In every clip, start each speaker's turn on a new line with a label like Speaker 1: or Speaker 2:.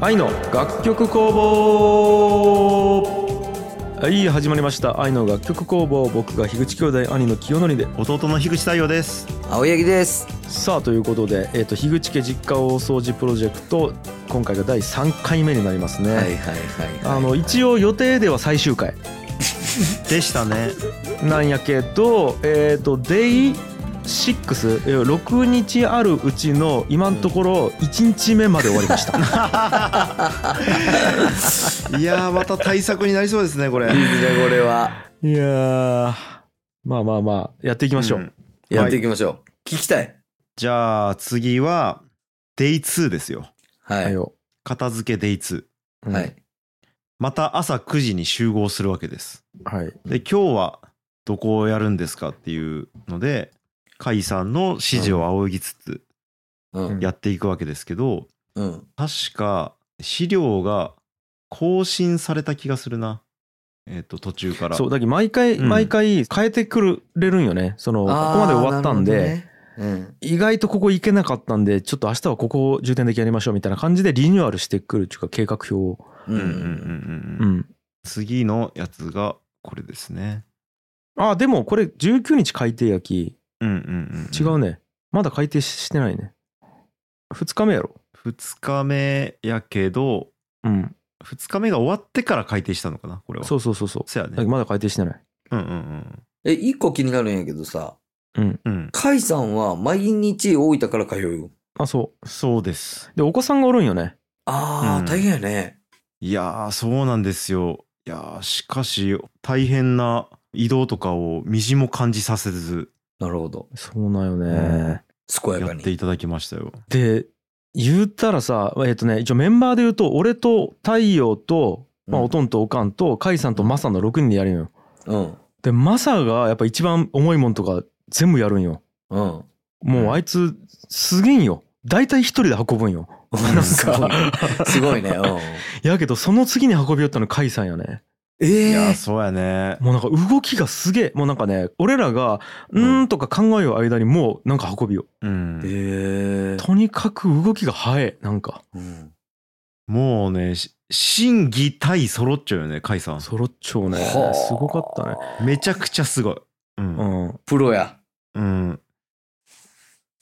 Speaker 1: 愛の楽曲工房はい始まりました愛の楽曲工房僕が樋口兄弟兄の清則で
Speaker 2: 弟の樋口太陽です
Speaker 3: 青柳です
Speaker 1: さあということで、えー、と樋口家実家大掃除プロジェクト今回が第3回目になりますね、
Speaker 3: はいはいはい、
Speaker 1: あの一応予定では最終回
Speaker 2: でしたね
Speaker 1: なんやけどえっ、とデイ6えー6日あるうちの今のところ1日目まで終わりました
Speaker 2: いやーまた対策になりそうですねこれ
Speaker 3: いいですねこれは
Speaker 1: いやーまあまあまあやっていきましょう、
Speaker 2: ん
Speaker 3: やっていきましょう、聞きたい
Speaker 2: じゃあ次は Day2 ですよ
Speaker 3: は
Speaker 1: はい
Speaker 3: い、
Speaker 1: よ
Speaker 2: 片付け Day2
Speaker 1: うん
Speaker 3: はい、
Speaker 2: また朝9時に集合するわけです
Speaker 1: はい
Speaker 2: で今日はどこをやるんですかっていうので甲斐さんの指示を仰ぎつつ
Speaker 3: うん
Speaker 2: やっていくわけですけど
Speaker 3: うん
Speaker 2: 確か資料が更新された気がするなえっと途中から
Speaker 1: そうだけど毎回
Speaker 2: うん
Speaker 1: 毎回変えてくれるんよね、そのここまで終わったんで、
Speaker 3: あーなるほどね
Speaker 1: 意外とここ行けなかったんでちょっと明日はここを重点的にやりましょうみたいな感じでリニューアルしてくるっていうか計画表を、
Speaker 3: う
Speaker 2: うんん
Speaker 3: う
Speaker 2: うんん
Speaker 3: う
Speaker 2: うんうん
Speaker 3: ん
Speaker 2: うん
Speaker 1: うん、
Speaker 2: 次のやつがこれですね。
Speaker 1: あでもこれ19日改定やき
Speaker 2: うんうん
Speaker 1: 違うね、まだ改定ししてないね2日目やろ
Speaker 2: 2日目やけど、
Speaker 1: うん
Speaker 2: 2日目が終わってから改定したのかな、これは。。
Speaker 1: そううそうそうそう
Speaker 2: そや
Speaker 1: だけど
Speaker 2: ね。
Speaker 1: まだ改定してない
Speaker 2: うんうん
Speaker 3: え一個気になるんやけどさ
Speaker 1: うん
Speaker 2: うん。うん。
Speaker 3: 甲斐さんは毎日大分から通う
Speaker 1: あそ
Speaker 2: そうです。
Speaker 1: うでお子さんがおるんよね
Speaker 3: あー、
Speaker 2: うん
Speaker 3: 大変やね
Speaker 2: いやー、そうなんですよ。いやー、しかし、大変な移動とかをみじも感じさせず、
Speaker 3: なるほど
Speaker 1: そうなんよね、
Speaker 2: うん
Speaker 3: 健や
Speaker 2: や
Speaker 3: か
Speaker 2: っ
Speaker 3: に
Speaker 2: ていただきましたよ。
Speaker 1: で言ったらさえっ、とね一応メンバーで言うと俺と太陽と、まあ、
Speaker 3: うん
Speaker 1: おとんとおかんと甲斐さんとマサの6人でやるんよ
Speaker 3: うん
Speaker 1: でマサがやっぱ一番重いもんとか全部やるんよ
Speaker 3: うん
Speaker 1: もうあいつすげえんよ大体一人で運ぶんよ
Speaker 3: なん
Speaker 1: すごい
Speaker 3: すごいね。うん、
Speaker 1: やけどその次に運び寄ったの甲斐さんやね
Speaker 2: いや
Speaker 3: え
Speaker 2: ー、そうやね。
Speaker 1: もうなんか動きがすげえもうなんかね俺らが「うーん」とか考える間にもうなんか運びよ
Speaker 2: うん
Speaker 3: え。え
Speaker 1: とにかく動きが早いなんか
Speaker 3: うん
Speaker 2: もうね、し真偽対揃っちゃうよね、甲斐さん。
Speaker 1: そろっちょうね
Speaker 3: はあ
Speaker 1: すごかったね
Speaker 2: めちゃくちゃすごい。うん
Speaker 1: うん
Speaker 3: プロや。
Speaker 2: うん、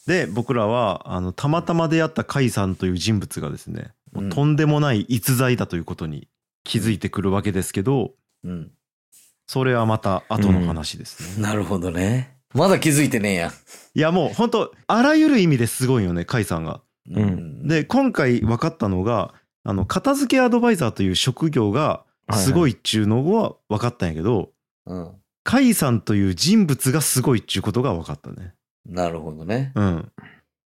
Speaker 2: で僕らはあのたまたま出会った甲斐さんという人物がですね、もう
Speaker 3: うん
Speaker 2: とんでもない逸材だということに気づいてくるわけですけど
Speaker 3: うん。
Speaker 2: それはまた後の話ですね、
Speaker 3: なるほどね。まだ気づいてねえや。
Speaker 2: いやもう本当あらゆる意味ですごいよね甲斐さんが。
Speaker 1: ん
Speaker 3: で、
Speaker 2: で今回分かったのがあの片付けアドバイザーという職業がすごいっちゅうのは分かったんやけど
Speaker 3: うん。
Speaker 2: 甲斐さんという人物がすごいっちゅうことが分かったね。
Speaker 3: なるほどね。
Speaker 2: うん、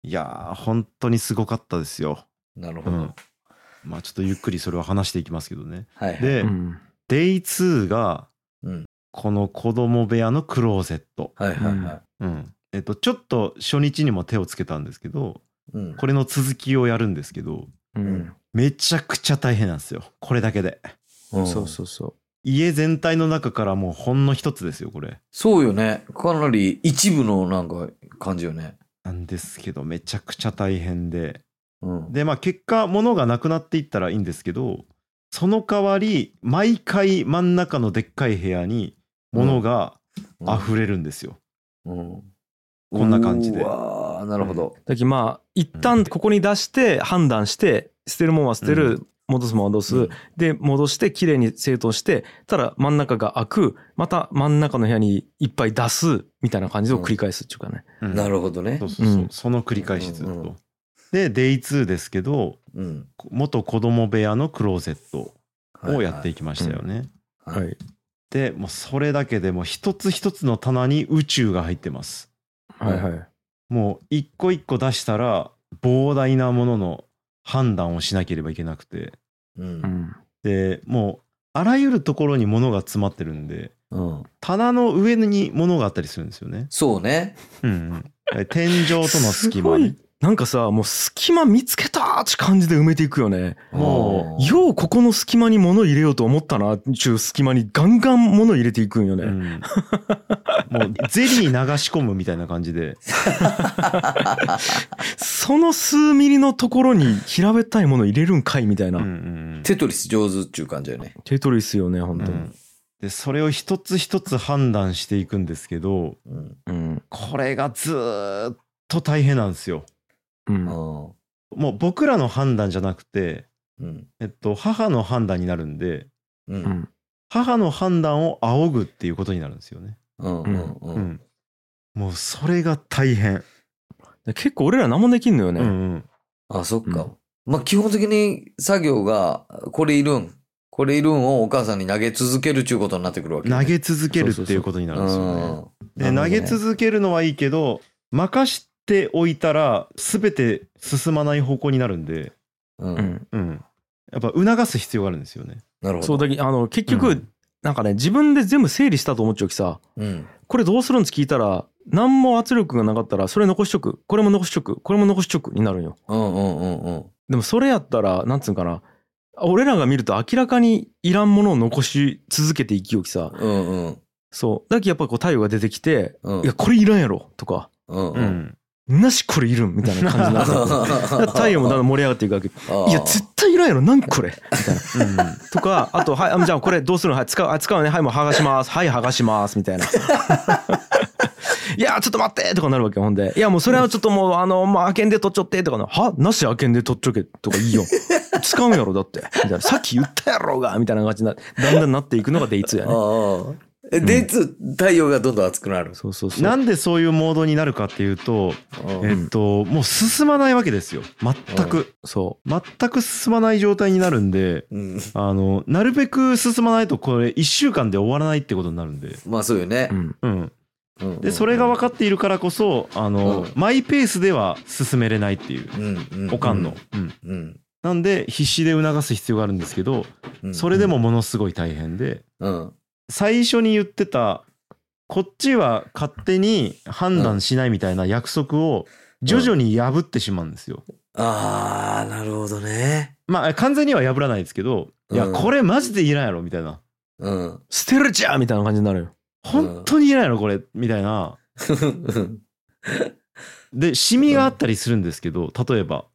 Speaker 2: いやー本当にすごかったですよ。
Speaker 3: なるほ
Speaker 2: う
Speaker 3: ど。
Speaker 2: ん、まあちょっとゆっくりそれは話していきますけどね。
Speaker 3: はいはい。
Speaker 2: で、
Speaker 1: うん、
Speaker 2: Day2 が
Speaker 3: うん
Speaker 2: この子供部屋のクローゼット。
Speaker 3: はいはいはい。
Speaker 2: うんえっと、ちょっと初日にも手をつけたんですけど
Speaker 3: うん。
Speaker 2: これの続きをやるんですけど
Speaker 1: う
Speaker 3: うんん、
Speaker 2: めちゃくちゃ大変なんですよこれだけで
Speaker 3: うん
Speaker 1: そうそうそう
Speaker 2: 家全体の中からもうほんの一つですよこれ
Speaker 3: そうよね。かなり一部のなんか感じよね。
Speaker 2: なんですけどめちゃくちゃ大変で
Speaker 3: うん。
Speaker 2: でまあ結果物がなくなっていったらいいんですけどその代わり毎回真ん中のでっかい部屋に物が
Speaker 3: うん
Speaker 2: 溢れるんですよ。
Speaker 3: うん。
Speaker 2: こんな感じで
Speaker 3: うわーなるほど。
Speaker 1: だけどまあ一旦ここに出して判断して捨てるもんは捨てる、
Speaker 2: う
Speaker 1: 戻すもんは戻す、
Speaker 3: うん
Speaker 1: で戻して綺麗に整頓してただ真ん中が開くまた真ん中の部屋にいっぱい出すみたいな感じを繰り返すっていうかね、
Speaker 2: うん
Speaker 3: なるほどね
Speaker 2: そう。そうそう、
Speaker 1: うん
Speaker 2: その繰り返しずっと。
Speaker 3: うんうん
Speaker 2: で Day2 ですけど
Speaker 3: うん。
Speaker 2: 元子供部屋のクローゼットをやっていきましたよね。
Speaker 3: うんはい
Speaker 1: い
Speaker 2: でもうそれだけでもう一つ一つの棚に宇宙が入ってます。
Speaker 1: はいはい
Speaker 2: もう一個一個出したら膨大なものの判断をしなければいけなくて
Speaker 1: う
Speaker 3: う。
Speaker 1: んん
Speaker 2: でもうあらゆるところに物が詰まってるんで
Speaker 3: うん。
Speaker 2: 棚の上に物があったりするんですよね。
Speaker 3: そうね。
Speaker 2: うんうん、天井との
Speaker 1: す
Speaker 2: 隙間
Speaker 1: ご
Speaker 2: ね
Speaker 1: い。なんかさもう隙間見つけたって感じで埋めていくよね
Speaker 2: も
Speaker 3: あー
Speaker 1: ようここの隙間に物入れようと思ったなっちゅう隙間にガンガン物入れていくんよね、
Speaker 2: うんもうゼリー流し込むみたいな感じで
Speaker 1: その数ミリのところに平べったいもの入れるんかいみたいな、
Speaker 2: うんうんうん
Speaker 3: テトリス上手っちゅう感じだよね。
Speaker 1: テトリスよね本当に、
Speaker 2: でそれを一つ一つ判断していくんですけど
Speaker 3: うん。
Speaker 1: うん
Speaker 2: これがずーっと大変なんですよ
Speaker 1: うん
Speaker 3: あ
Speaker 2: もう僕らの判断じゃなくて、
Speaker 3: ーうん。
Speaker 2: えっと、母の判断になるんで
Speaker 3: う。
Speaker 1: うんん
Speaker 2: 母の判断を仰ぐっていうことになるんですよね、
Speaker 3: うん。うん。う。
Speaker 2: うんんもうそれが大変、
Speaker 1: で結構俺ら何もできんのよね、
Speaker 2: うんうん
Speaker 3: あ、そっ
Speaker 1: う
Speaker 3: か。まあ、基本的に作業が、これいるん、これいるんをお母さんに投げ続けるっちゅうことになってくるわけね。
Speaker 2: 投げ続けるっていうことになるんですよね
Speaker 3: う
Speaker 2: で投
Speaker 3: んなるほどね
Speaker 2: げ続けるのはいいけど任しておいたら全て進まない方向になるんで、
Speaker 3: う。
Speaker 1: うんん
Speaker 2: うん、やっぱ促す必要があるんですよね。
Speaker 3: なるほど。
Speaker 1: そうだけあの結局、
Speaker 2: うん
Speaker 1: なんかね自分で全部整理したと思っちゃうきさ
Speaker 3: うん。
Speaker 1: これどうするんって聞いたら何も圧力がなかったらそれ残しとくこれも残しとくこれも残しとくになるんよ
Speaker 3: うんうんうんうん。
Speaker 1: でもそれやったらなんつうんかな俺らが見ると明らかにいらんものを残し続けていきよきさ
Speaker 3: うんうん。
Speaker 1: そうだけどやっぱこう太陽が出てきて
Speaker 3: う
Speaker 1: 「
Speaker 3: ん。
Speaker 1: いやこれいらんやろ」とか
Speaker 3: うん
Speaker 2: う
Speaker 3: うんん。
Speaker 1: 「なしこれいるん」みたいな感じになってだから太陽もだんだん盛り上がっていくわけ「いや絶対いらんやろ何これ」みたいなとかあと「はいあじゃあこれどうするのはい使うあ使うねはいもう剥がしますはい剥がします」みたいな。 いやちょっと待ってとかなるわけよほんで「いやもうそれはちょっともうあのまあ開けんで取っちゃって」とかな「はなし開けんで取っちゃけ」とかいいよ使うんやろだってみたいな「さっき言ったやろうが」みたいな感じになだんだんなっていくのがデイツや
Speaker 3: ああ
Speaker 1: ね。
Speaker 3: ああ。え、で、いつ太陽がどんどん熱くなる。
Speaker 1: そうそうそう
Speaker 2: なんでそういうモードになるかっていうと、
Speaker 3: うん
Speaker 2: えっと、もう進まないわけですよ全く
Speaker 1: そう
Speaker 2: 全く進まない状態になるんで
Speaker 3: うん。
Speaker 2: あのなるべく進まないとこれ1週間で終わらないってことになるんで。
Speaker 3: まあそうよね
Speaker 1: う。ん、
Speaker 2: うん、
Speaker 3: うんうん
Speaker 2: でそれが分かっているからこそあの、
Speaker 3: うん
Speaker 2: マイペースでは進めれないっていう
Speaker 3: うんうん。
Speaker 2: おかんの、うん、
Speaker 3: うん。
Speaker 2: なんで必死で促す必要があるんですけど
Speaker 3: うん。
Speaker 2: それでもものすごい大変で
Speaker 3: うん。
Speaker 2: 最初に言ってたこっちは勝手に判断しないみたいな約束を徐々に破ってしまうんですよ。
Speaker 3: ああ、なるほどね。
Speaker 2: まあ完全には破らないですけどいや
Speaker 3: うん
Speaker 2: これマジでいらんやろみたいな
Speaker 3: うん。
Speaker 1: 捨てるじゃんみたいな感じになるよ。
Speaker 2: 本当にいらんやろこれみたいなでシミがあったりするんですけど例えば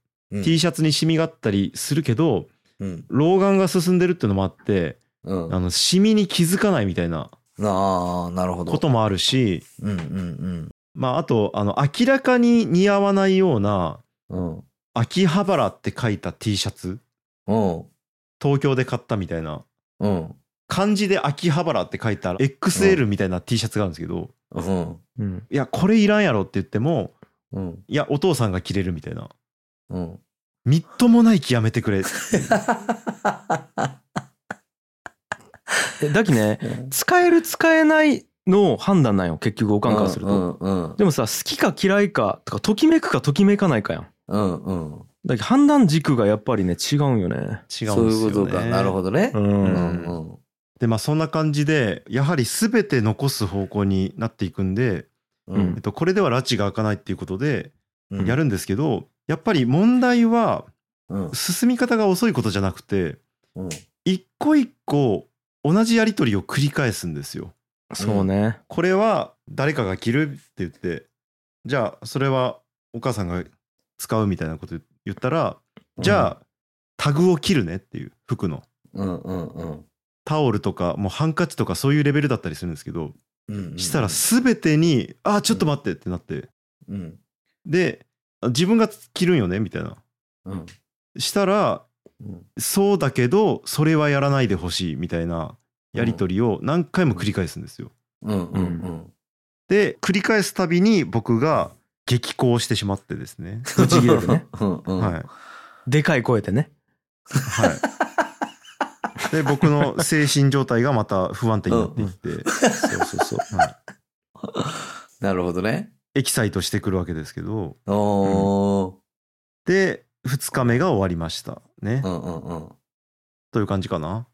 Speaker 2: T シャツにシミがあったりするけど
Speaker 3: うん。
Speaker 2: 老眼が進んでるってのもあって
Speaker 3: うん。
Speaker 2: あのシミに気づかないみたいな
Speaker 3: ああ、なるほど。
Speaker 2: こともあるし
Speaker 3: うんうん
Speaker 2: まあ、あとあの明らかに似合わないような
Speaker 3: うん。うん。
Speaker 2: 「秋葉原」って書いた T シャツ
Speaker 3: うん。
Speaker 2: 東京で買ったみたいな
Speaker 3: うん。
Speaker 2: 漢字で「秋葉原」って書いた XL みたいな T シャツがあるんですけど、
Speaker 3: うん。
Speaker 1: うん、
Speaker 2: いやこれいらんやろって言っても
Speaker 3: うん。
Speaker 2: いやお父さんが着れるみたいな
Speaker 3: うん。
Speaker 2: みっともない気やめて くれ
Speaker 1: えだきね使える使えないの判断なんよ結局おかんからすると。
Speaker 3: うん
Speaker 1: でもさ好きか嫌いかとかときめくかときめかないかやん。
Speaker 3: うんうん。
Speaker 1: だけど判断軸がやっぱりね違うんよね。
Speaker 2: 違
Speaker 3: そううん
Speaker 2: です
Speaker 3: い
Speaker 2: よ、
Speaker 3: う
Speaker 2: ね、
Speaker 3: ことか。なるほどね。
Speaker 1: う、
Speaker 3: うんんうん。
Speaker 2: でまあそんな感じでやはり全て残す方向になっていくんで、え
Speaker 3: う
Speaker 2: っ
Speaker 3: ん。
Speaker 2: と、これでは拉致が開かないっていうことで
Speaker 3: うん
Speaker 2: やるんですけど、やっぱり問題は
Speaker 3: うん。
Speaker 2: 進み方が遅いことじゃなくて
Speaker 3: うん。
Speaker 2: 一個一個同じやり取りを繰り返すんですよ。
Speaker 1: そうね。
Speaker 2: これは誰かが着るって言ってじゃあそれはお母さんが使うみたいなこと言ったらじゃあタグを切るねっていう服の
Speaker 3: うんうんうん
Speaker 2: タオルとかもうハンカチとかそういうレベルだったりするんですけど
Speaker 3: うん。
Speaker 2: したら全てに「あーちょっと待って」ってなって
Speaker 3: うん。
Speaker 2: で自分が着るんよねみたいな
Speaker 3: うん。
Speaker 2: したら
Speaker 3: うん。
Speaker 2: そうだけどそれはやらないでほしいみたいなやり取りを何回も繰り返すんですよ。
Speaker 3: うんうんうん。
Speaker 2: で繰り返すたびに僕が激高してしまってですね。
Speaker 1: ぶち切れてね。
Speaker 3: うんうん。
Speaker 2: はい
Speaker 1: でかい声でね。
Speaker 2: はい、で僕の精神状態がまた不安定になっていって、
Speaker 1: そうそうそう。
Speaker 2: はい
Speaker 3: なるほどね。
Speaker 2: エキサイトしてくるわけですけど
Speaker 3: おー。
Speaker 2: で2日目が終わりましたね、
Speaker 3: うんうんうん。
Speaker 2: という感じかな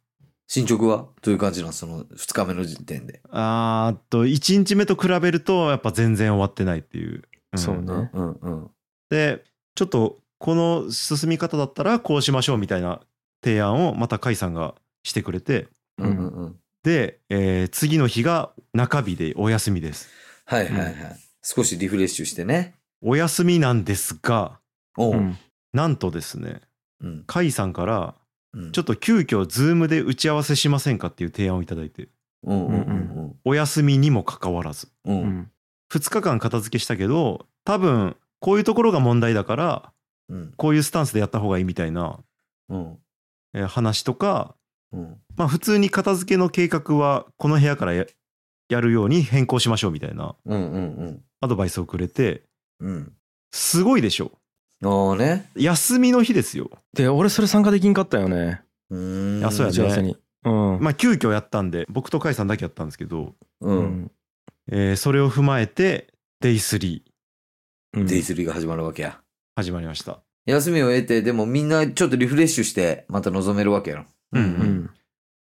Speaker 3: 進捗はどういう感じなんその2日目の時点で。
Speaker 2: あーっと1日目と比べるとやっぱ全然終わってないっていう、ん
Speaker 1: そうね
Speaker 3: うんうん。
Speaker 2: でちょっとこの進み方だったらこうしましょうみたいな提案をまた甲斐さんがしてくれて
Speaker 3: うんうんうん。
Speaker 2: で、えー次の日が中日でお休みです
Speaker 3: はいはいはい。少しリフレッシュしてね。
Speaker 2: お休みなんですが
Speaker 3: おう。
Speaker 1: うん
Speaker 2: なんとですね
Speaker 3: うん。
Speaker 2: 甲斐さんから
Speaker 3: うん
Speaker 2: ちょっと急遽ズームで打ち合わせしませんかっていう提案をいただいて
Speaker 3: うんうんうん
Speaker 2: お休みにもかかわらず
Speaker 3: うん。う
Speaker 1: うんん
Speaker 2: 2日間片付けしたけど多分こういうところが問題だから
Speaker 3: うん
Speaker 2: こういうスタンスでやった方がいいみたいな
Speaker 3: うん
Speaker 2: えー話とか
Speaker 3: うん。
Speaker 2: まあ普通に片付けの計画はこの部屋からややるように変更しましょうみたいな
Speaker 3: うんうん
Speaker 2: アドバイスをくれて
Speaker 3: うん。
Speaker 2: すごいでしょ
Speaker 3: うん。ああね。
Speaker 2: 休みの日ですよ
Speaker 1: で俺それ参加できんかったよね
Speaker 3: うーん。
Speaker 2: あそ
Speaker 1: 打
Speaker 2: うやね
Speaker 1: ち合わせに。うん
Speaker 2: まあ急遽やったんで僕と甲斐さんだけやったんですけど、
Speaker 3: う。
Speaker 1: うんん
Speaker 2: えーそれを踏まえて Day3
Speaker 1: うん
Speaker 3: デイスリーが始まるわけや。
Speaker 2: 始まりました
Speaker 3: 休みを得て、でもみんなちょっとリフレッシュして、また臨めるわけやろ。
Speaker 2: うん
Speaker 1: う
Speaker 2: うん
Speaker 1: ん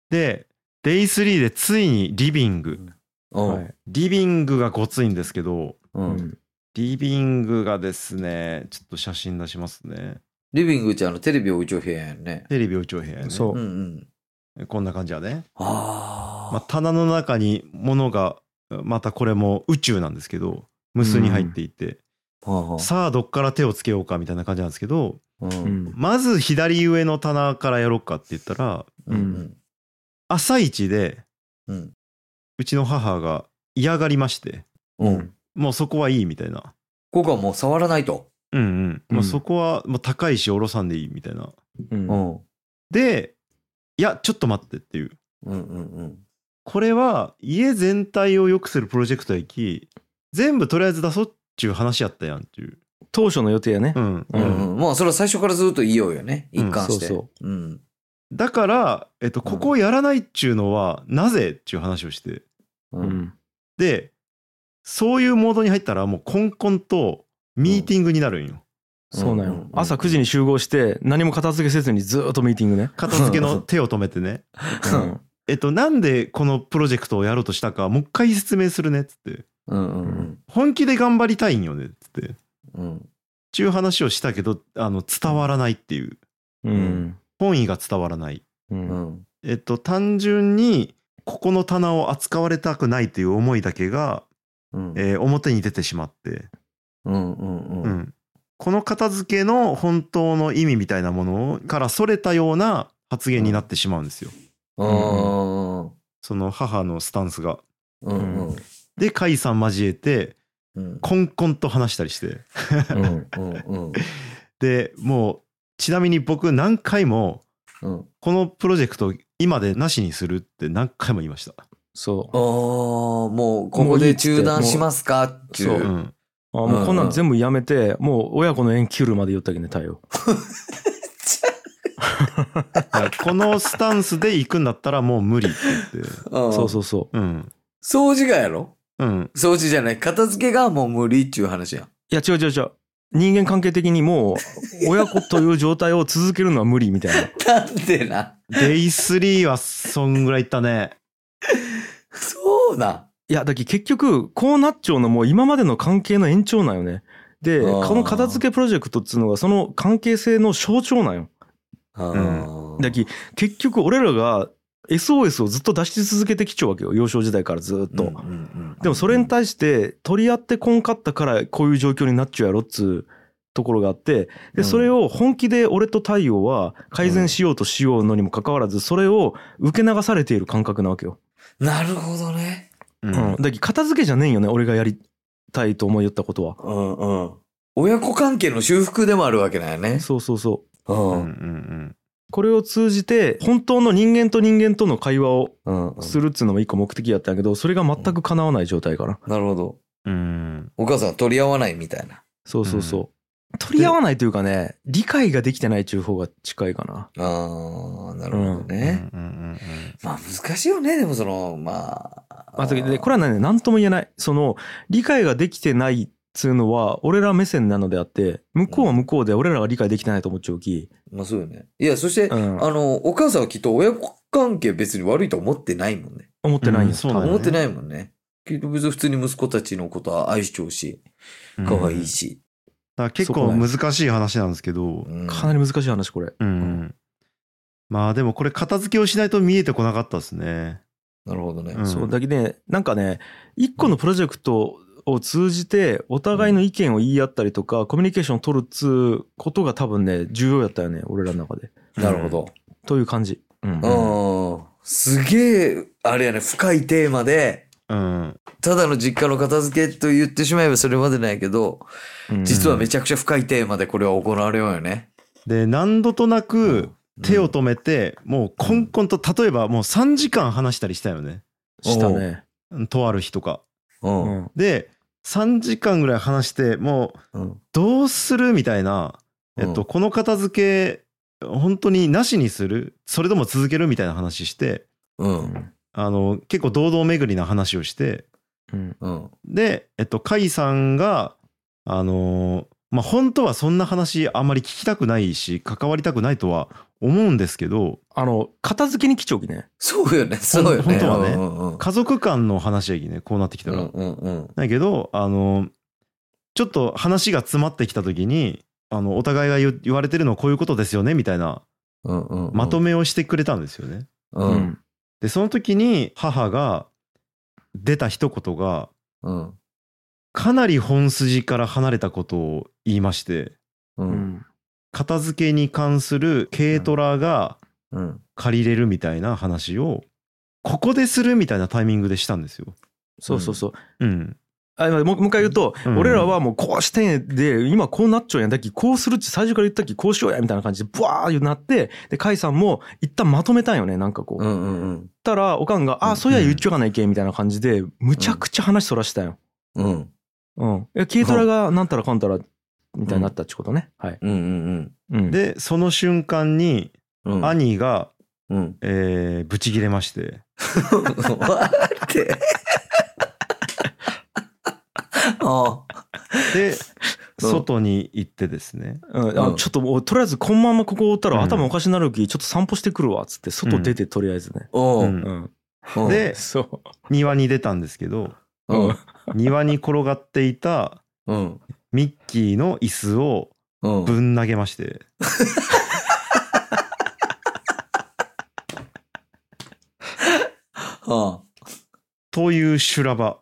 Speaker 2: で Day3 でついにリビング
Speaker 3: お
Speaker 1: は
Speaker 3: う
Speaker 1: い
Speaker 2: リビングがごついんですけど
Speaker 3: う。
Speaker 1: うんん
Speaker 2: リビングがですねちょっと写真出しますね
Speaker 3: リビングちゃんのテレビを置いちゃう部屋やんね。
Speaker 2: テレビを一応部屋やね
Speaker 1: そううん
Speaker 3: うん。
Speaker 2: こんな感じやね
Speaker 3: ああ。
Speaker 2: まあ、棚の中に物がまたこれも宇宙なんですけど無数に入っていて、
Speaker 3: は
Speaker 2: さあどっから手をつけようかみたいな感じなんですけど
Speaker 3: あはあう
Speaker 1: うんん
Speaker 2: まず左上の棚からやろうかって言ったら
Speaker 3: うんうん
Speaker 2: 朝一で
Speaker 3: うん
Speaker 2: うちの母が嫌がりまして
Speaker 3: うん。
Speaker 2: もうそこはいいみたいな。
Speaker 3: ここはもう触らないと。
Speaker 2: うんうんま
Speaker 1: う
Speaker 2: あ、
Speaker 1: ん
Speaker 2: そこはもう高いし下ろさんでいいみたいな。
Speaker 1: うん
Speaker 3: うん。
Speaker 2: でいやちょっと待ってっていう
Speaker 3: うんうんうん。
Speaker 2: これは家全体を良くするプロジェクトやき全部とりあえず出そうっちゅう話やったやんっていう。
Speaker 1: 当初の予定やね
Speaker 2: うん
Speaker 1: う
Speaker 3: うんうん、まあそれは最初からずっと言いようよね一貫して、
Speaker 1: うんそう
Speaker 3: うん
Speaker 2: だから、えっと、ここをやらないっちゅうのはなぜっちゅう話をして
Speaker 3: う
Speaker 1: うんん
Speaker 2: でそういうモードに入ったらもうコンコンとミーティングになるんよ
Speaker 1: そうなん
Speaker 3: うんうんう
Speaker 1: よ
Speaker 3: ん
Speaker 1: 朝9時に集合して何も片付けせずにずーっとミーティングね
Speaker 2: 片付けの手を止めてね
Speaker 1: うん
Speaker 2: えっとなんでこのプロジェクトをやろうとしたかもう一回説明するねっつって
Speaker 3: うんうん
Speaker 2: 本気で頑張りたいんよねっつって
Speaker 3: うん
Speaker 2: ちゅう話をしたけどあの伝わらないっていう
Speaker 1: うん
Speaker 2: 本意が伝わらない
Speaker 1: うん
Speaker 3: う
Speaker 1: うん
Speaker 3: ん
Speaker 2: えっと単純にここの棚を扱われたくないという思いだけが、
Speaker 3: うん
Speaker 2: えー表に出てしまって
Speaker 3: うんうんう
Speaker 2: うんん、この片付けの本当の意味みたいなものからそれたような発言になってしまうんですよ、
Speaker 3: あー
Speaker 2: その母のスタンスが。
Speaker 3: うんうん
Speaker 2: で甲斐さん交えて
Speaker 3: うん
Speaker 2: コンコンと話したりして
Speaker 3: うんうんうん
Speaker 2: でもうちなみに僕何回も
Speaker 3: うん
Speaker 2: このプロジェクト今でなしにするって何回も言いました。
Speaker 1: そ
Speaker 3: あーもうここで中断しますかっていう
Speaker 1: も
Speaker 2: う
Speaker 1: ういいっつって
Speaker 3: うん
Speaker 2: ん、
Speaker 1: うあもうこんなん全部やめてもう親子の縁切るまで言ったけどね太陽
Speaker 2: だからこのスタンスで行くんだったらもう無理って言って。
Speaker 1: そう
Speaker 3: う
Speaker 1: そうそ
Speaker 2: うん
Speaker 3: 掃除がやろ
Speaker 2: うん、
Speaker 3: 掃除じゃない片付けがもう無理っていう話やん
Speaker 1: ういや違う違う違う人間関係的にも う親子という状態を続けるのは無理みたいな
Speaker 3: なんでな
Speaker 2: デイ3はそんぐらいいったね。
Speaker 3: そうない
Speaker 1: やだけど結局こうなっちゃうのも今までの関係の延長なんよねで
Speaker 3: あー
Speaker 1: この片付けプロジェクトっつうのがその関係性の象徴なんよ
Speaker 3: あ
Speaker 2: ん
Speaker 3: ー
Speaker 1: だき結局俺らが SOS をずっと出し続けてきちゃうわけよ幼少時代からずっと、
Speaker 3: うんうんうん
Speaker 1: でもそれに対して取り合ってこんかったからこういう状況になっちゃうやろっつうところがあって
Speaker 3: うん
Speaker 1: でそれを本気で俺と太陽は改善しようとしようのにもかかわらずそれを受け流されている感覚なわけよ。
Speaker 3: なるほどね
Speaker 2: う
Speaker 1: う
Speaker 2: ん
Speaker 1: ん、だけど片付けじゃねえんよね俺がやりたいと思いよったことは。
Speaker 3: うんうん。親子関係の修復でもあるわけだよね。
Speaker 1: そうそうそう。
Speaker 3: う。
Speaker 2: うんうんん
Speaker 1: これを通じて本当の人間と人間との会話を
Speaker 3: うん。
Speaker 1: するっつうのも一個目的やったんやけどそれが全く叶わない状態かな。
Speaker 3: なるほど。
Speaker 2: うんうん
Speaker 3: お母さんは取り合わないみたいな。
Speaker 1: そうそうそう。取り合わないというかね理解ができてないっていう方が近いかな。
Speaker 3: ああ、なるほどね。
Speaker 2: うんうんうん
Speaker 3: まあ難しいよね。でもその、まあ。
Speaker 1: まあ、だけどでこれはね何とも言えないその理解ができてないっつうのは俺ら目線なのであって向こうは向こうで俺らが理解できてないと思っちゃうき、
Speaker 3: まあそうよね。いや、そして、
Speaker 1: うん
Speaker 3: あの、お母さんはきっと親子関係別に悪いと思ってないもんね。
Speaker 1: 思ってないん
Speaker 2: うん
Speaker 1: で
Speaker 2: そ
Speaker 1: す、
Speaker 2: うなんだ
Speaker 3: 思ってないもんね。きっと別に普通に息子たちのことは愛しちゃうし、
Speaker 2: うん
Speaker 3: 可愛いし。
Speaker 2: だから結
Speaker 1: そこ
Speaker 2: 構
Speaker 1: ね
Speaker 2: 難しい話なんですけど、
Speaker 3: うん
Speaker 1: かなり難しい話これ。
Speaker 2: うんまあでもこれ片付けをしないと見えてこなかったですね。
Speaker 3: なるほどね。
Speaker 2: ん
Speaker 1: そうだけどねなんかね一個のプロジェクトを通じてお互いの意見を言い合ったりとかコミュニケーションを取るっつうことが多分ね重要やったよね俺らの中で。
Speaker 3: なるほど。
Speaker 1: という感じ。うん
Speaker 3: うん。すげえ、あれやね、深いテーマで、
Speaker 2: うん。
Speaker 3: ただの実家の片付けと言ってしまえばそれまでなんやけど、実はめちゃくちゃ深いテーマでこれは行われようよね。
Speaker 2: で何度となく
Speaker 3: うん
Speaker 2: 手を止めて、もうコンコンと例えばもう3時間話したりしたよね。
Speaker 1: したね。
Speaker 2: とある日とか。
Speaker 3: うん。うん。
Speaker 1: う
Speaker 2: で3時間ぐらい話してもう
Speaker 3: うん。
Speaker 2: どうするみたいな、えっと、この片付け本当になしにするそれとも続けるみたいな話して
Speaker 3: うん。
Speaker 2: あの結構堂々巡りな話をして
Speaker 1: ん。
Speaker 3: うん。
Speaker 2: で、えっと、甲斐さんがあのーまあ本当はそんな話あんまり聞きたくないし関わりたくないとは思うんですけど
Speaker 1: あの片付けに貴重期ね。
Speaker 3: そうよね、そうよ
Speaker 2: 本
Speaker 3: ね。
Speaker 2: 当はね
Speaker 3: うんうんうん。
Speaker 2: 家族間の話やきねこうなってきた
Speaker 3: う
Speaker 2: ら。
Speaker 3: んうんうん。
Speaker 2: だけどあのちょっと話が詰まってきた時にあのお互いが言言われてるのはこういうことですよねみたいな
Speaker 3: うんうんうん。
Speaker 2: まとめをしてくれたんですよね。
Speaker 1: う
Speaker 3: うん。。
Speaker 2: でその時に母が出た一言が
Speaker 3: うん。
Speaker 2: かなり本筋から離れたことを言いまして
Speaker 3: う。
Speaker 1: うんん。
Speaker 2: 片付けに関する軽トラが
Speaker 3: うん。
Speaker 2: 借りれるみたいな話をここでするみたいなタイミングでしたんですよ。
Speaker 1: そうそうそう。
Speaker 2: うん、
Speaker 1: あもうもう一回言うと、
Speaker 2: うん
Speaker 1: 俺らはもうこうしてんやで今こうなっちゃうんやだっけこうするって最初から言ったっけこうしようやみたいな感じでブワーってなってで甲斐さんも一旦まとめたんよねなんかこう、
Speaker 3: う
Speaker 1: 言っ
Speaker 3: んうん
Speaker 1: たらおかんが「
Speaker 3: う
Speaker 1: あ
Speaker 3: ん
Speaker 1: そういや言っちょがないけ」みたいな感じでむちゃくちゃ話そらしたよ。
Speaker 3: うん。うん。
Speaker 1: うん、え軽トラがなんたらかんたらみたいになったっちゅうことね。はい
Speaker 3: うんうん
Speaker 1: うん、
Speaker 2: でその瞬間に
Speaker 3: うん。うん。
Speaker 2: 兄が、
Speaker 3: うん。
Speaker 2: えー、ブチギレまして。
Speaker 3: 待って。 あ
Speaker 2: で
Speaker 3: うん
Speaker 2: 外に行ってですね
Speaker 1: うんあ
Speaker 3: うん
Speaker 1: ちょっともうとりあえずこのままここおった
Speaker 2: うん
Speaker 1: ら頭おかしになるきちょっと散歩してくるわっつって外出てとりあえずね。
Speaker 3: あ。おう。
Speaker 2: ん
Speaker 1: うん
Speaker 3: うん
Speaker 2: で
Speaker 1: そ
Speaker 2: 庭に出たんですけど
Speaker 1: う。
Speaker 3: うん。
Speaker 2: 庭に転がっていた
Speaker 3: うん。
Speaker 2: ミッキーの椅子を
Speaker 3: うん。
Speaker 2: ぶん投げまして
Speaker 3: あ
Speaker 2: という修羅場、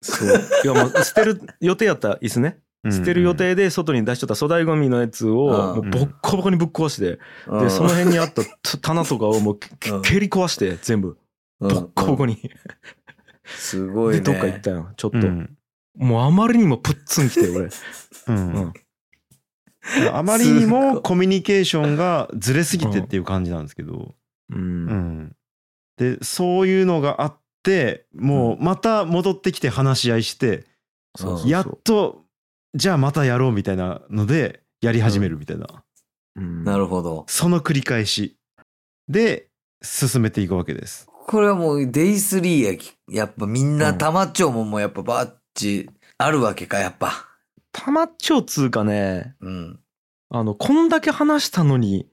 Speaker 1: そう。いやもう捨てる予定やった椅子ね。
Speaker 2: うん
Speaker 1: 捨てる予定で外に出しとった粗大ゴミのやつをも
Speaker 3: う
Speaker 1: うんボッコボコにぶっ壊して
Speaker 3: あ。
Speaker 1: でその辺にあったた 棚とかをもうけけ
Speaker 3: うん
Speaker 1: 蹴り壊して全部
Speaker 3: ボ
Speaker 1: ボッコボコに
Speaker 3: すごい
Speaker 1: で
Speaker 3: ね。
Speaker 1: どっか行ったよちょっと
Speaker 2: うん
Speaker 1: もうあまりにもプッツンきて俺
Speaker 2: うん
Speaker 1: うん
Speaker 2: あまりに
Speaker 3: すご
Speaker 2: も
Speaker 3: い
Speaker 2: コミュニケーションがずれすぎてっていう感じなんですけど、
Speaker 1: う
Speaker 2: うんんでそういうのがあってもうまた戻ってきて話し合いして、
Speaker 1: そうそうそう
Speaker 2: やっとじゃあまたやろうみたいなのでやり始めるみたいな、
Speaker 1: うん
Speaker 3: なるほど。
Speaker 2: その繰り返しで進めていくわけです。
Speaker 3: これはもうデイ3やき。やっぱみんな溜まっちゃうもんもやっぱバッチあるわけか、やっぱ。
Speaker 1: たまっちょうつうかね
Speaker 3: うん。
Speaker 1: あのこんだけ話したのに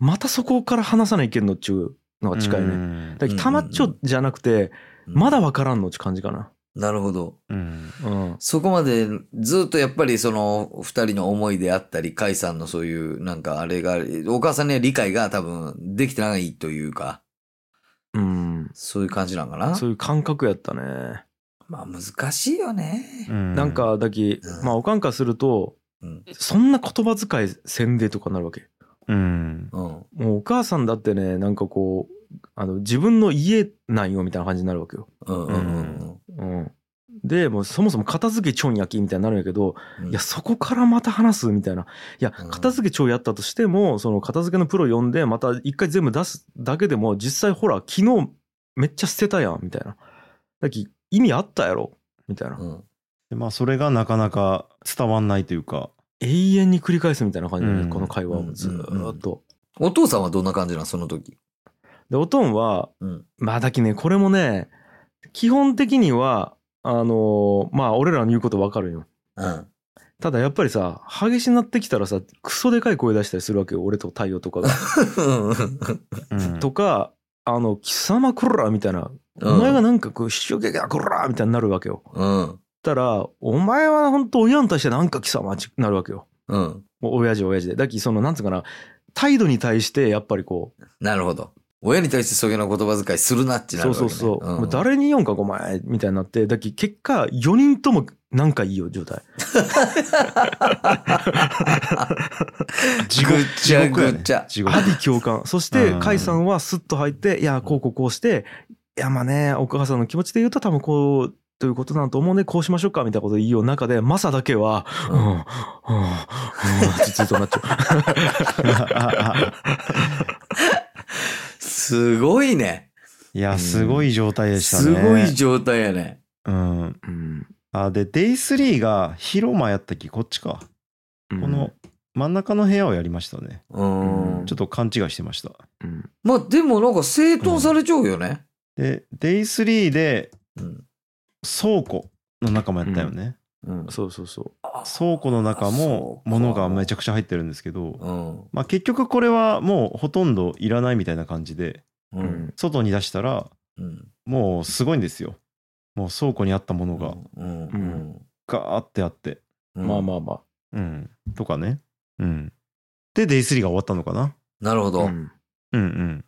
Speaker 1: またそこから話さないけんのっちゅうのが近いね
Speaker 2: ね
Speaker 1: だけどたまっちょじゃなくてまだわからんのって感じかな
Speaker 3: なるほど。
Speaker 2: うん。
Speaker 1: うん
Speaker 3: そこまでずっとやっぱりその二人の思いであったり、甲斐さんのそういうなんかあれが、お母さんには理解が多分できてないというか、
Speaker 1: うん
Speaker 3: そういう感じなんかな。
Speaker 1: そういう感覚やったね
Speaker 3: まあ難しいよね。
Speaker 1: なん、かだき、
Speaker 3: うん
Speaker 1: まあおかんかすると
Speaker 3: うん。
Speaker 1: そんな言葉遣いせんでとかなるわけ
Speaker 2: うん。
Speaker 3: うん。
Speaker 1: もうお母さんだってねなんかこうあの自分の家なんよみたいな感じになるわけよ、
Speaker 3: うん。うん。
Speaker 1: うん、でもうそもそも片付けちょんやきみたいになるんやけど
Speaker 3: うん。
Speaker 1: いやそこからまた話すみたいないや
Speaker 3: うん
Speaker 1: 片付けちょんやったとしてもその片付けのプロ呼んでまた一回全部出すだけでも実際ほら昨日めっちゃ捨てたやんみたいなだき意味あったやろみたいな
Speaker 3: うん。
Speaker 2: でまあそれがなかなか伝わんないというか。
Speaker 1: 永遠に繰り返すみたいな感じで、
Speaker 2: うん
Speaker 1: この会話をずーっと。
Speaker 3: お父さんはどんな感じなんその時。
Speaker 1: でおとんは
Speaker 3: うん。
Speaker 1: まあだきねこれもね基本的にはあのーまあ俺らの言うことわかるよ
Speaker 3: うん。
Speaker 1: ただやっぱりさ激しになってきたらさクソでかい声出したりするわけよ俺と太陽と かが
Speaker 2: うん
Speaker 1: とかあの「貴様こら!」みたいな「お前がなんかこう「一生懸命こら!」みたいになるわけよ
Speaker 3: うん。
Speaker 1: ったら「お前は本当親に対してなんか貴様」ってなるわけよ。
Speaker 3: うん。
Speaker 1: もう親父は親父で。だっきそのなんつうかな態度に対してやっぱりこう
Speaker 3: なるほど。親に対してそういうような言葉遣いするなってなる
Speaker 1: そう
Speaker 3: わけ、
Speaker 1: そ
Speaker 3: ね。
Speaker 1: うそう、もうん誰に言うんかお前みたいになってだっき結果4人ともなんかいいよ状態。
Speaker 2: 地
Speaker 3: ぐっ
Speaker 2: 獄
Speaker 3: ち
Speaker 2: 地
Speaker 3: ゃ
Speaker 2: 獄や
Speaker 3: ぐ
Speaker 2: ね
Speaker 3: っちゃ。
Speaker 2: 地獄
Speaker 1: アディ共感。そして
Speaker 2: うん
Speaker 1: 甲斐さんはスッと入っていやこうこうこうしていやまあねお母さんの気持ちで言うと多分こう。ということなんだと思うんでこうしましょうかみたいなことを言う中でマサだけは「うんうんうん」ってずっとなっちゃう。
Speaker 3: すごいね。
Speaker 2: いやすごい状態でしたね
Speaker 3: すごい状態やね。
Speaker 2: うん
Speaker 1: うん
Speaker 2: あで Day3 が広間やったっけこっちか
Speaker 1: うん
Speaker 2: この真ん中の部屋をやりましたね
Speaker 3: うん。
Speaker 1: うん
Speaker 2: ちょっと勘違いしてました
Speaker 1: うん
Speaker 3: まあでもなんか整頓されちゃうよね。
Speaker 2: で Day3 で
Speaker 3: うん。
Speaker 2: 倉庫の中もやったよね、
Speaker 3: うん。
Speaker 1: そうそうそう。
Speaker 2: 倉庫の中も
Speaker 3: あそうか
Speaker 2: 物がめちゃくちゃ入ってるんですけど、
Speaker 3: うん。
Speaker 2: まあ、結局これはもうほとんどいらないみたいな感じで
Speaker 3: う。
Speaker 1: うんん
Speaker 2: 外に出したら
Speaker 3: うん。
Speaker 2: もうすごいんですよもう倉庫にあったものが
Speaker 3: うん。
Speaker 2: ガーってあって、
Speaker 3: うん
Speaker 1: まあまあまあ。
Speaker 2: うん、とかね、うん、で Day3 が終わったのかな
Speaker 3: なるほど。
Speaker 1: うん
Speaker 2: うんうん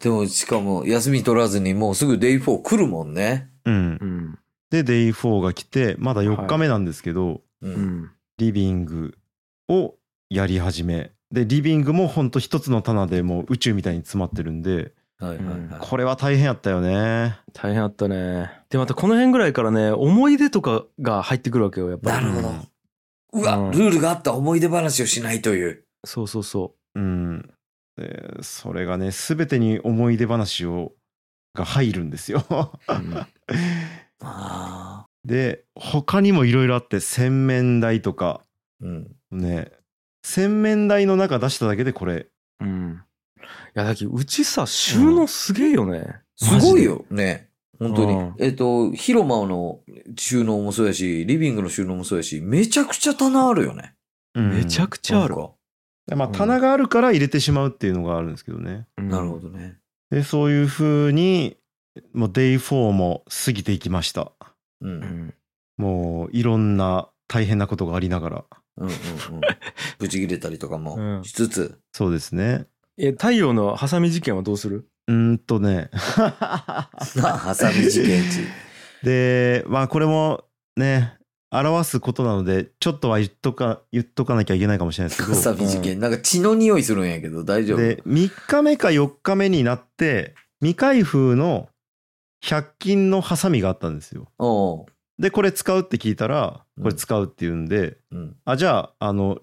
Speaker 3: でもしかも休み取らずにもうすぐデイ4来るもんね。
Speaker 2: うん
Speaker 1: うん
Speaker 2: で Day4 が来てまだ4日目なんですけど、
Speaker 3: う。
Speaker 1: うんん
Speaker 2: リビングをやり始めでリビングもほんと一つの棚でもう宇宙みたいに詰まってるんで
Speaker 3: はいはいはい。
Speaker 2: これは大変やったよね
Speaker 1: 大変だったねでまたこの辺ぐらいからね思い出とかが入ってくるわけよやっぱ
Speaker 3: な
Speaker 1: り
Speaker 3: るほど。う
Speaker 1: う
Speaker 3: わ、
Speaker 1: ん
Speaker 3: ルールがあった思い出話をしないという。
Speaker 1: そうそうそ
Speaker 2: うんでそれがね全てに思い出話をが入るんですよ
Speaker 1: う、うん
Speaker 3: ああ。
Speaker 2: で他にもいろいろあって洗面台とか
Speaker 3: うん。
Speaker 2: ね洗面台の中出しただけでこれ
Speaker 1: うん、いやだきうちさ収納すげえよね、
Speaker 3: すごいよ。ね。本当
Speaker 1: う
Speaker 3: に
Speaker 1: ん。
Speaker 3: えっと、広間の収納もそうやし、リビングの収納もそうやし、めちゃくちゃ棚あるよね。
Speaker 1: マジでめちゃ
Speaker 2: く
Speaker 1: くちゃある
Speaker 3: なん、か
Speaker 2: まあ棚があるから入れてしまうっていうのがあるんですけどね
Speaker 1: うん
Speaker 3: なるほどね。
Speaker 2: でそういう風にもうデイ4も過ぎていきました
Speaker 3: うん。う
Speaker 1: うんん
Speaker 2: もういろんな大変なことがありながら
Speaker 3: うんうん。ぶち切れたりとか
Speaker 1: う
Speaker 3: も
Speaker 1: ん
Speaker 3: しつつ。
Speaker 2: そうですね
Speaker 1: え太陽のハサミ事件はどうする
Speaker 2: うーんとね
Speaker 3: なあ、ハサミ事件 地。
Speaker 2: でまあこれもね表すことなのでちょっとは言っとか言っとかなきゃいけないかもしれないですけど
Speaker 3: ハサミ事件。なんか血の匂いするんやけど、大丈夫。
Speaker 2: で3日目か4日目になって未開封の100均のハサミがあったんですよ
Speaker 3: おう
Speaker 2: でこれ使うって聞いたらこれ使うって言うんで、
Speaker 3: うん。
Speaker 2: あじゃああの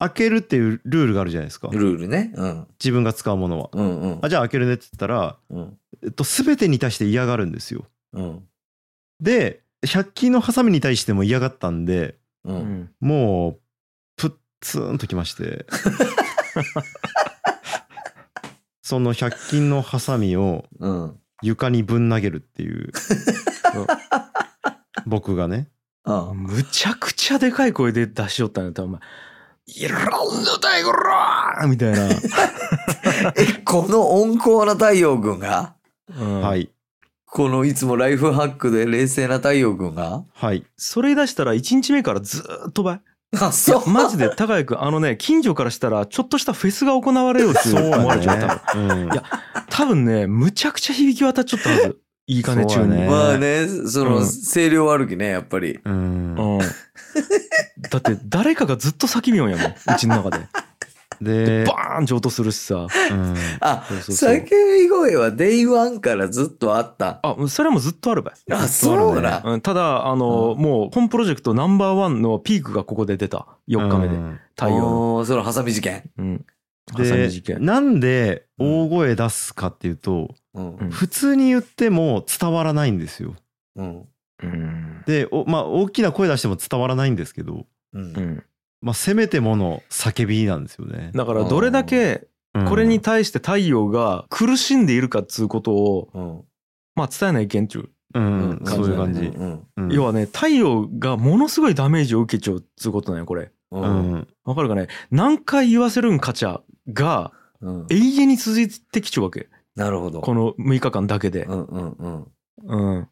Speaker 2: 開けるっていうルールがあるじゃないですか
Speaker 3: ルールね。うん。
Speaker 2: 自分が使うものは
Speaker 3: うんうん
Speaker 2: あ。じゃあ開けるねって言ったら、
Speaker 3: うん。
Speaker 2: えっと、全てに対して嫌がるんですよ
Speaker 3: うん。
Speaker 2: で100均のハサミに対しても嫌がったんで
Speaker 1: う
Speaker 3: う。
Speaker 1: んん
Speaker 2: もうプッツンときましてその100均のハサミを
Speaker 3: うん。
Speaker 2: 床にぶん投げるっていう僕がね
Speaker 3: あ
Speaker 1: むちゃくちゃでかい声で出しよったんやったお前いろんな大五郎みたいな、
Speaker 3: え、この温厚な太陽君が
Speaker 1: うん
Speaker 2: はい
Speaker 3: このいつもライフハックで冷静な太陽君が
Speaker 2: はい
Speaker 1: それ出したら1日目からずーっと倍
Speaker 3: あ、
Speaker 1: い
Speaker 3: そ
Speaker 1: や
Speaker 3: う。
Speaker 1: マジで高谷君あのね近所からしたらちょっとしたフェスが行われようって
Speaker 2: そう
Speaker 1: 思わ
Speaker 2: や
Speaker 1: れちゃったの
Speaker 2: ね、うん
Speaker 1: いや多分ねむちゃくちゃ響き渡っちゃったはずいい金中に
Speaker 2: そうやね
Speaker 3: まあね、その、
Speaker 1: うん
Speaker 3: 声量悪きね、やっぱり。
Speaker 2: うん
Speaker 1: うん、だって誰かがずっと叫びよんやもんうちの中で
Speaker 2: で
Speaker 1: バーン上等するしさ
Speaker 2: うん
Speaker 3: あ、
Speaker 1: そうそうそう
Speaker 3: 叫び声はデイワンからずっとあった。
Speaker 1: あそれはもうずっとあるばい、
Speaker 3: あ、そう
Speaker 2: あ
Speaker 3: だ。
Speaker 1: うん、ただあの、もう本プロジェクトナンバーワンのピークがここで出た4日目で
Speaker 2: うん
Speaker 1: 太陽の、
Speaker 3: おーそのハサミ事件。
Speaker 1: うん、ハサミ
Speaker 2: で
Speaker 1: 事件
Speaker 2: なんで大声出すかっていうと、
Speaker 3: うん。
Speaker 2: 普通に言っても伝わらないんですよ。
Speaker 3: うん。
Speaker 1: うん
Speaker 2: でおまあ大きな声出しても伝わらないんですけど、
Speaker 3: う。
Speaker 1: うんん、
Speaker 2: まあ、せめてもの叫びなんですよね。
Speaker 1: だからどれだけこれに対して太陽が苦しんでいるかっつうことを、
Speaker 3: うん。
Speaker 1: まあ、伝えないけんちゅう、
Speaker 2: うん、
Speaker 3: うん
Speaker 2: そういう感じ。
Speaker 3: うん。
Speaker 2: うん
Speaker 1: 要はね太陽がものすごいダメージを受けちゃうっつうことなんやこれ
Speaker 3: う。
Speaker 2: うんん
Speaker 1: わかるかね何回言わせるんかちゃが
Speaker 3: うん。
Speaker 1: 永遠に続いてきちゃうわけ
Speaker 3: なるほど。
Speaker 1: この6日間だけで
Speaker 3: う、んうんうん。
Speaker 1: うん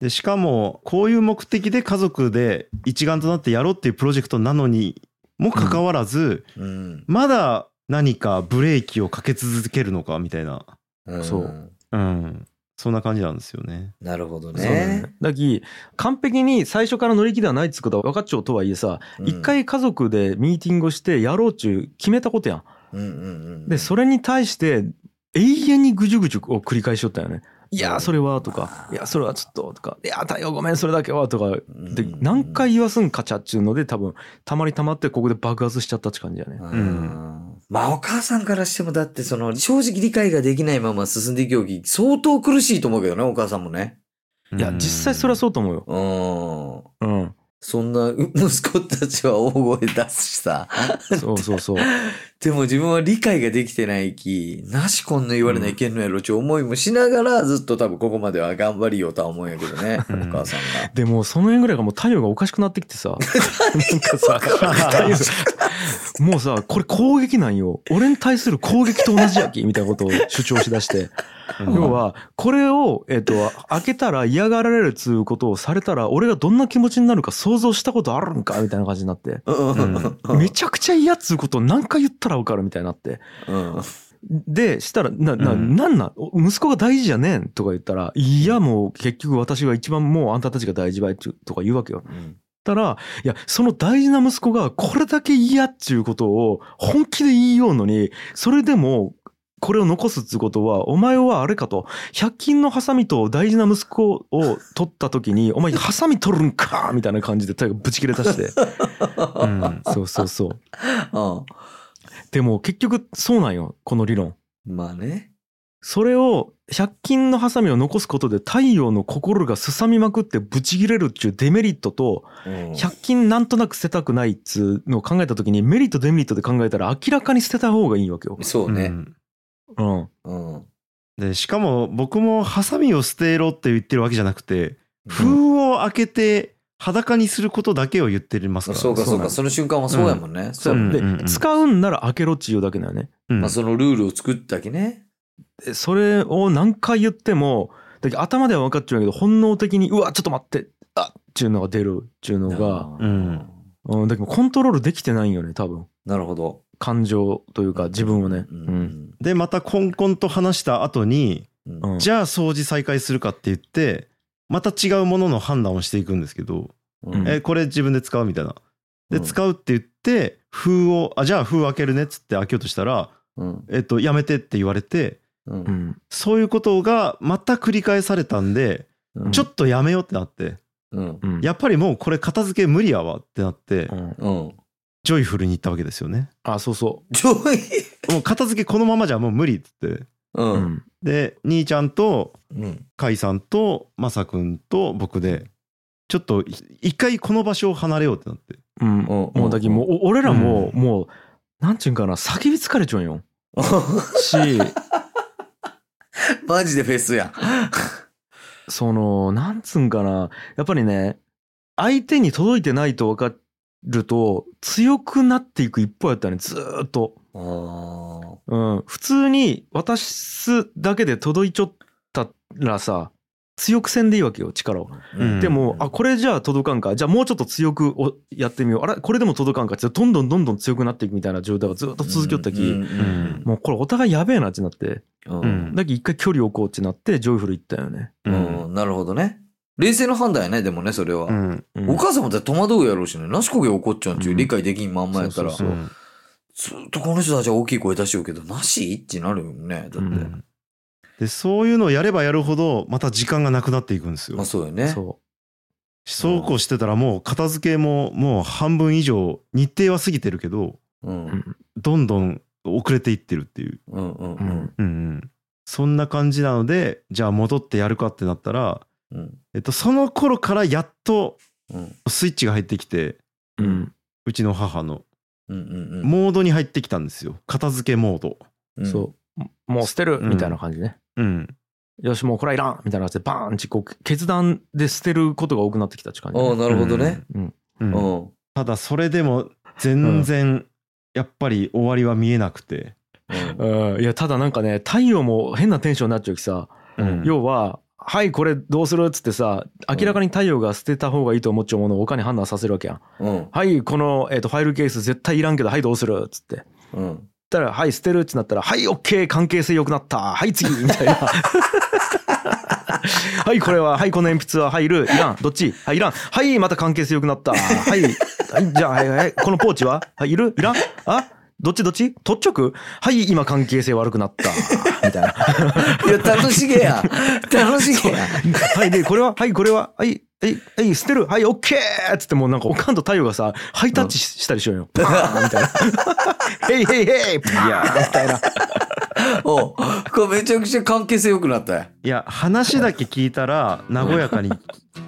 Speaker 2: でしかもこういう目的で家族で一丸となってやろうっていうプロジェクトなのにもかかわらず、
Speaker 3: うん。
Speaker 2: まだ何かブレーキをかけ続けるのかみたいな、
Speaker 3: うん
Speaker 1: そう。
Speaker 2: うん、そんな感じなんですよね。
Speaker 3: なるほど
Speaker 1: そうだ
Speaker 3: ね。
Speaker 1: ねだき完璧に最初から乗り気ではないっつうことは分かっちゃうとはいえさ
Speaker 3: うん
Speaker 1: 一、、回家族でミーティングをしてやろうっちゅう決めたことやん。
Speaker 3: うんうんうん、
Speaker 1: でそれに対して永遠にぐじゅぐじゅを繰り返しとったよね。いやーそれはとか、いやそれはちょっととか、いやー太陽ごめんそれだけはとか
Speaker 3: うん、
Speaker 1: で何回言わすんかちゃっちゅうので多分たまりたまってここで爆発しちゃったって感じやね。
Speaker 3: うんまあお母さんからしてもだってその正直理解ができないまま進んでいくより相当苦しいと思うけどねお母さんもね。
Speaker 1: いや実際それはそうと思うよ。
Speaker 3: うん。
Speaker 1: うん、
Speaker 3: そんなう息子たちは大声出すしさ。
Speaker 1: そうそう そう。
Speaker 3: でも自分は理解ができてないき、なしこんな言われないけんのやろちょ思いもしながらずっと多分ここまでは頑張りようとは思うんやけどね、お
Speaker 2: うん
Speaker 3: 母さんが。
Speaker 1: でもその辺ぐらいがもう太陽がおかしくなってき てさなんかさ太陽もうさこれ攻撃なんよ俺に対する攻撃と同じやきみたいなことを主張しだして
Speaker 2: うん
Speaker 1: 要はこれを、えっと開けたら嫌がられるっつうことをされたら俺がどんな気持ちになるか想像したことあるんかみたいな感じになって
Speaker 3: うん。
Speaker 1: めちゃくちゃ嫌っつうことを何回言ったら分かるみたいになって
Speaker 3: うん。
Speaker 1: でしたら「なな
Speaker 2: うん
Speaker 1: なんなんお息子が大事じゃねえん」とか言ったら「いやもう結局私が一番もうあんたたちが大事ばい」とか言うわけよ。ったら、いや、その大事な息子がこれだけ嫌っちゅうことを本気で言いようのに、それでも、これを残すっつうことは、お前はあれかと、百均のハサミと大事な息子を取った時に、お前ハサミ取るんかみたいな感じで、とにかくぶち切れたして。
Speaker 2: うん
Speaker 1: そうそうそう。
Speaker 3: うん
Speaker 1: でも結局そうなんよ、この理論。
Speaker 3: まあね。
Speaker 1: それを、百均のハサミを残すことで太陽の心がすさみまくってぶち切れるっちゅうデメリットと、
Speaker 3: うん
Speaker 1: 100均なんとなく捨てたくないっつうのを考えた時にメリットデメリットで考えたら明らかに捨てた方がいいわけよ。
Speaker 3: そう
Speaker 2: う
Speaker 3: ね。
Speaker 2: ん
Speaker 1: うん。
Speaker 3: うん。
Speaker 2: でしかも僕もハサミを捨てろって言ってるわけじゃなくて封を開けて裸にすることだけを言ってますからね、
Speaker 3: そうかそう
Speaker 2: なん
Speaker 3: か、その瞬間はそうやもんね。そうやもん
Speaker 1: で、
Speaker 2: うんうんうん
Speaker 1: 使うんなら開けろっちゅうだけだよね。
Speaker 2: うん
Speaker 3: まあそのルールを作ったきね。
Speaker 1: でそれを何回言っても、だけど頭では分かっちゃうけど本能的にうわちょっと待ってあっちゅうのが出るっちゅうのが、
Speaker 2: うん
Speaker 1: うん、だけどコントロールできてないんよね多分
Speaker 3: なるほど。
Speaker 1: 感情というか自分をね。
Speaker 3: う
Speaker 1: うん
Speaker 3: ん。
Speaker 2: でまたコンコンと話した後に、
Speaker 3: うん
Speaker 1: うん
Speaker 2: じゃあ掃除再開するかって言ってまた違うものの判断をしていくんですけど、
Speaker 1: うん
Speaker 2: えこれ自分で使うみたいな。で
Speaker 3: うん
Speaker 2: 使うって言って封をあじゃあ封開けるねっつって開けようとしたら、
Speaker 3: うん。
Speaker 2: えっと、やめてって言われて
Speaker 1: う
Speaker 3: う。
Speaker 1: んん
Speaker 2: そういうことがまた繰り返されたんで、
Speaker 3: うん
Speaker 2: ちょっとやめようってなって
Speaker 3: うん。
Speaker 1: うん
Speaker 2: やっぱりもうこれ片付け無理やわってなって
Speaker 1: うん
Speaker 3: うん。
Speaker 2: ジョイフルに行ったわけですよね。
Speaker 1: あそうそ
Speaker 3: ちょい。
Speaker 2: もう片付けこのままじゃもう無理っつって。
Speaker 3: う。
Speaker 1: う、うんん、
Speaker 2: で兄ちゃんと
Speaker 3: うん。
Speaker 2: 甲斐さんとマサ君と僕でちょっと一回この場所を離れようってなって。
Speaker 1: うんもうだけどもうお俺らも、
Speaker 2: う
Speaker 1: もうなんちゅうんかな叫び疲れちゃうんよし
Speaker 3: マジでフェスやん。
Speaker 1: そのなんつうんかなやっぱりね相手に届いてないと分かると強くなっていく一方やったねずーっと、
Speaker 3: あー
Speaker 1: うん、普通に渡すだけで届いちょったらさ強くせんでいいわけよ力を。
Speaker 2: うん
Speaker 1: でも、あこれじゃあ届かんかじゃあもうちょっと強くおやってみようあれこれでも届かんかってどんどんどんどん強くなっていくみたいな状態がずーっと続きよったき、
Speaker 3: うん
Speaker 2: ん
Speaker 1: もうこれお互いやべえなってなって
Speaker 3: うん
Speaker 2: う
Speaker 3: うんん
Speaker 1: だけど一回距離を置こうってなってジョイフル行ったよね。
Speaker 3: うんなるほどね。冷静な判断やね、でもね、それは。
Speaker 2: うん
Speaker 1: うん
Speaker 3: お母さんもだって戸惑うやろうしね、なしこげ怒っちゃうんちゅ
Speaker 1: う
Speaker 3: うん理解できんまんまやったら、
Speaker 1: そう
Speaker 2: うん
Speaker 3: ずっとこの人たちは大きい声出しようけど、なしってなるよね、だって。
Speaker 1: うん
Speaker 2: でそういうのをやればやるほどまた時間がなくなっていくんですよ
Speaker 3: まあ。そうよね。
Speaker 1: そ
Speaker 2: そうこうしてたらもう片付けももう半分以上日程は過ぎてるけど
Speaker 3: うん。
Speaker 1: うん
Speaker 2: どんどん遅れていってるっていう、
Speaker 3: うんうん
Speaker 1: う、うん、
Speaker 2: うんうんそんな感じなのでじゃあ戻ってやるかってなったら、
Speaker 3: うん。うん。
Speaker 2: えっと、その頃からやっと
Speaker 3: うん。
Speaker 2: スイッチが入ってきて
Speaker 1: うん、
Speaker 2: うちの母の
Speaker 3: うんうんうん。
Speaker 2: モードに入ってきたんですよ片付けモード。
Speaker 3: うん
Speaker 1: そうももう捨てる
Speaker 2: うん
Speaker 1: みたいな感じね、
Speaker 2: うん、
Speaker 1: よしもうこれはいらんみたいな感じでバーンってこう決断で捨てることが多くなってきたって感じ、
Speaker 3: ああ、なるほどね。
Speaker 1: うん
Speaker 2: う
Speaker 3: うんん。
Speaker 2: ただそれでも全然やっぱり終わりは見えなくて、
Speaker 3: うん
Speaker 1: うんいやただなんかね太陽も変なテンションになっちゃうきさ、
Speaker 2: うん
Speaker 1: 要ははいこれどうするっつってさ明らかに太陽が捨てた方がいいと思っちゃうものを丘に判断させるわけやん
Speaker 3: うん。
Speaker 1: はいこの、えー、とファイルケース絶対いらんけどはいどうするっつって
Speaker 3: うん。
Speaker 1: たらはい捨てるってなったらはいオッケー関係性良くなったはい次みたいな はいこれははいこの鉛筆ははいいるいらんどっちはいいらんはいまた関係性良くなったはい、はい、じゃあはいはいこのポーチははいいるいらんあどっちどっちとっちょくはい今関係性悪くなったみたいな
Speaker 3: いや、楽しげ や。楽しげや。
Speaker 1: はいでこれははいこれははいはいはい捨てるはいオッケーっつってもうなんかおかんと太陽がさハイタッチししたりしようよパーンみたいな 「ヘイヘイヘイ!」パーンみたいな。
Speaker 3: おうこれめちゃくちゃ関係性良くなったよ。
Speaker 2: いや話だけ聞いたら和やかに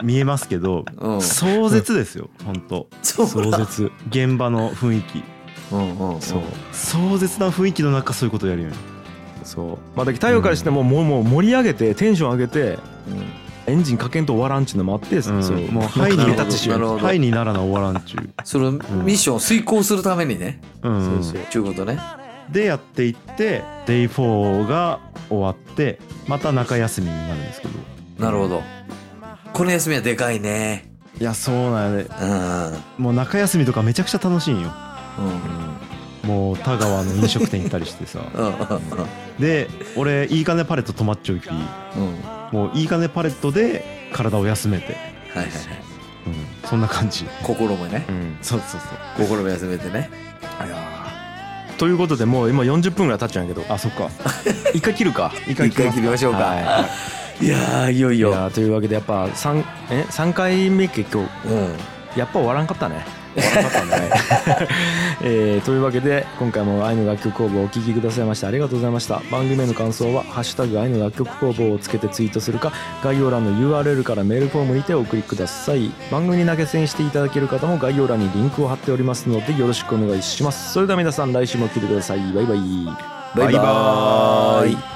Speaker 2: 見えますけど
Speaker 3: うん。
Speaker 2: 壮絶ですよ本当
Speaker 3: そうだ。
Speaker 1: 絶
Speaker 2: 現場の雰囲気
Speaker 3: うんうんうん。
Speaker 1: そう
Speaker 2: 壮絶な雰囲気の中そういうことやるよね
Speaker 1: そうまあだけど太陽からしてももうもう盛り上げてテンション上げて
Speaker 3: うん。
Speaker 1: エンジンかけんと終わらんっちゅうのもあって、
Speaker 2: うん
Speaker 1: そう
Speaker 2: もう
Speaker 1: ハ
Speaker 2: ハ
Speaker 1: イ
Speaker 2: イ
Speaker 1: に
Speaker 2: に
Speaker 1: タッチしよ
Speaker 3: なる
Speaker 1: う
Speaker 3: ほど
Speaker 2: はいにならな終わらんちゅう
Speaker 3: そのミッションを遂行するためにね。
Speaker 2: うんうん
Speaker 1: そう
Speaker 3: ちゅうことね。
Speaker 2: でやっていってデイ4が終わってまた中休みになるんですけど
Speaker 3: なるほど。この休みはでかいね。
Speaker 2: いやそうなんやね
Speaker 3: うん。うん。
Speaker 2: もう中休みとかめちゃくちゃ楽しいんよもう田川の飲食店行ったりして さ
Speaker 3: うん。
Speaker 2: で俺いい金パレット泊まっちゃうき
Speaker 3: うん。うん。
Speaker 2: もういい金パレットで体を休めて、
Speaker 3: はいはいはい。
Speaker 2: うん、そんな感じ
Speaker 3: 心もね。
Speaker 1: うん
Speaker 2: そうそうそう
Speaker 3: 心も休めてね。
Speaker 1: いやーということでもう今40分ぐらい経っちゃうんやけど
Speaker 2: あそっか
Speaker 1: 一回切るか
Speaker 2: 一
Speaker 3: 一回切りましょうか。いやー、いよい
Speaker 1: い
Speaker 3: よ。
Speaker 1: やーというわけでやっぱ 3, え3回目結局
Speaker 3: うん。
Speaker 1: やっぱ終わらんかったね、
Speaker 2: 終わらなかったね
Speaker 1: えーというわけで今回も愛の楽曲工房をお聴きくださいましてありがとうございました番組への感想は「ハッシュタグ愛の楽曲工房」をつけてツイートするか概要欄の URL からメールフォームにてお送りください番組に投げ銭していただける方も概要欄にリンクを貼っておりますのでよろしくお願いしますそれでは皆さん来週も聴いてくださいバイバイ
Speaker 3: バイバーイ。